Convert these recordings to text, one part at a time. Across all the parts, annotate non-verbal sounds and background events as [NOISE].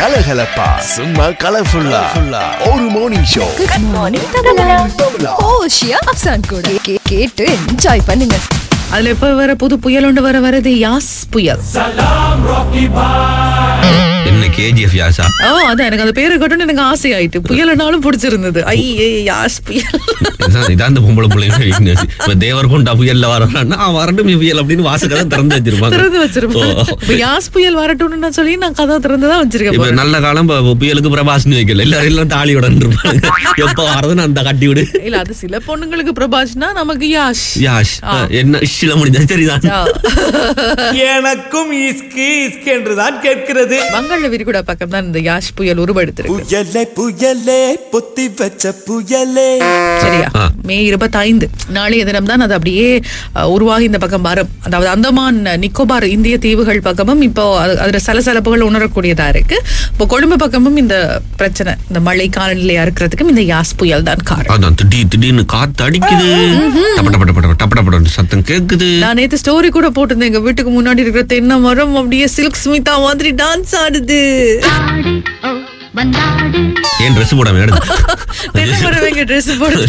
கலகலப்பா சும்மா கலர்ஃபுல்லா ஒரு மார்னிங் ஷோ கோஷியா அப்சான் கூட கே- கேட்டு என்ஜாய் பண்ணுங்க அதுல இப்ப வர புது புயல் ஒன்று வர வருது யாஸ் புயல் என்ன கேஜிஎஃப் யாசா ஓ அதான் எனக்கு அந்த பேரு கட்டணும் எனக்கு ஆசையாயிட்டு புயல்னாலும் பிடிச்சிருந்தது ஐயே யாஸ் புயல் இதான் இதான் இந்த பொம்பளை பிள்ளைங்க வீக்னஸ் இப்ப தேவர்கொண்டா புயல்ல வரணும்னா அவன் வரட்டும் இவ் புயல் அப்படின்னு வாசக்கதை திறந்து வச்சிருப்பாங்க திறந்து ஓ. வச்சிருப்பேன் இப்ப யாஸ் புயல் வரட்டும்னு நான் சொல்லி நான் கதவை திறந்துதான் இப்ப வச்சிருக்கேன் நல்ல காலம் இப்ப புயலுக்கு பிரபாஸ்னு வைக்கல எல்லாரும் எல்லாம் தாலியோட இருப்பாங்க எப்ப வரதுன்னு அந்த கட்டி விடு இல்ல அது சில பொண்ணுங்களுக்கு பிரபாஷ்னா நமக்கு யாஷ் யாஷ் என்ன இஷ்ல முடிஞ்சா சரிதான் ஆ. எனக்கும் இஸ்கி இஸ்கி என்றுதான் கேட்கிறது வங்காள விரிகுடா பக்கம் தான் இந்த யாஷ் புயல் உருவெடுத்திருக்கு புயலே புயலே பொத்தி வச்ச புயலே சரியா ஆ. மே இருபத்தைந்து நாளைய தினம் தான் அது அப்படியே அஹ், உருவாகி இந்த பக்கம் வரும் அதாவது அந்தமான் நிக்கோபார் இந்திய தீவுகள் பக்கமும் இப்போ அது- அதுல சலசலப்புகள் உணரக்கூடியதா இருக்கு இப்போ கொழும்பு பக்கமும் இந்த பிரச்சனை இந்த மழை காலநிலையா இருக்கிறதுக்கும் இந்த யாஸ் புயல் தான் காரணம் அதான் திடீர் திடீர்னு காத்து அடிக்குது டப்ப டப்ப டப்ப டப்ப டப்ப டப்ப சத்தம் கேக்குது நான் நேத்து ஸ்டோரி கூட போட்டிருந்தேன் எங்க வீட்டுக்கு முன்னாடி இருக்கிற தென்னை மரம் அப்படியே சில்க் ஸ்மிதா மாதிரி டான்ஸ் ஆடுது ஆடு ஓ வந்தாடு ஏன் ட்ரெஸ் போடாம எடுத்து தென்னை மரம் எங்க ட்ரெஸ் போடுது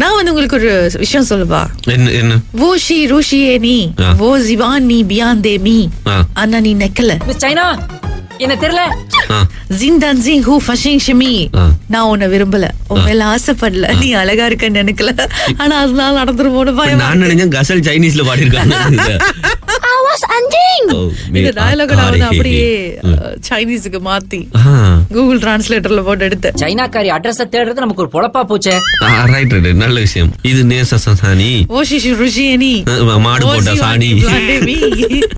நான் வந்து உங்களுக்கு ஒரு விஷயம் சொல்லவா என்ன என்ன वो शी रोशिये नी हाँ। वो जीवान नी बियान दे मी हाँ। अन्ना नी नकल மிஸ் சைனா என்ன தெரியல ஆ. ஜிந்தன் ஜிங் ஹூ ஃபஷிங் ஷமி हाँ। நான் உன்னை விரும்பல உன் மேல ஆசைப்படல நீ அழகா இருக்க நினைக்கல ஆனா அதனால நடந்துருமோன்னு பயம் நான் நினைச்சேன் கசல் சைனீஸ்ல பாடியிருக்காங்க Oh, ஓ, மே- இந்த டயலாக ஆ, நான் வந்து ஆ, ஹே, அப்படியே uh, ஹே. சைனீஸுக்கு மாத்தி ஆ. கூகுள் டிரான்ஸ்லேட்டர்ல போட்டு எடுத்தேன் சைனாக்காரி அட்ரஸ தேடுறது நமக்கு ஒரு பொழப்பா போச்சே ஆ, ah, right, right, right. நல்ல விஷயம் இது நேச [LAUGHS] சாணி ஓ ஷிஷு ருஷியனி அஹ் மாடு போட்ட சாணி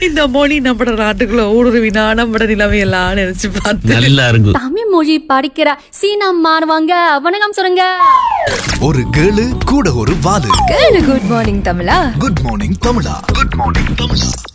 இந்த மொழி நம்மட நாட்டுக்குள்ள ஊடுருவினா நம்மட நிலைமையெல்லாம் நினைச்சு பார்த்தேன் நல்லா இருக்கும் தமிழ் மொழி படிக்கிற சீனா மாறுவாங்க வணக்கம் சொல்லுங்க [LAUGHS] ஒரு கேளு கூட ஒரு வாலு கேளு குட் மார்னிங் தமிழா குட் மார்னிங் தமிழா குட் மார்னிங் தமிழா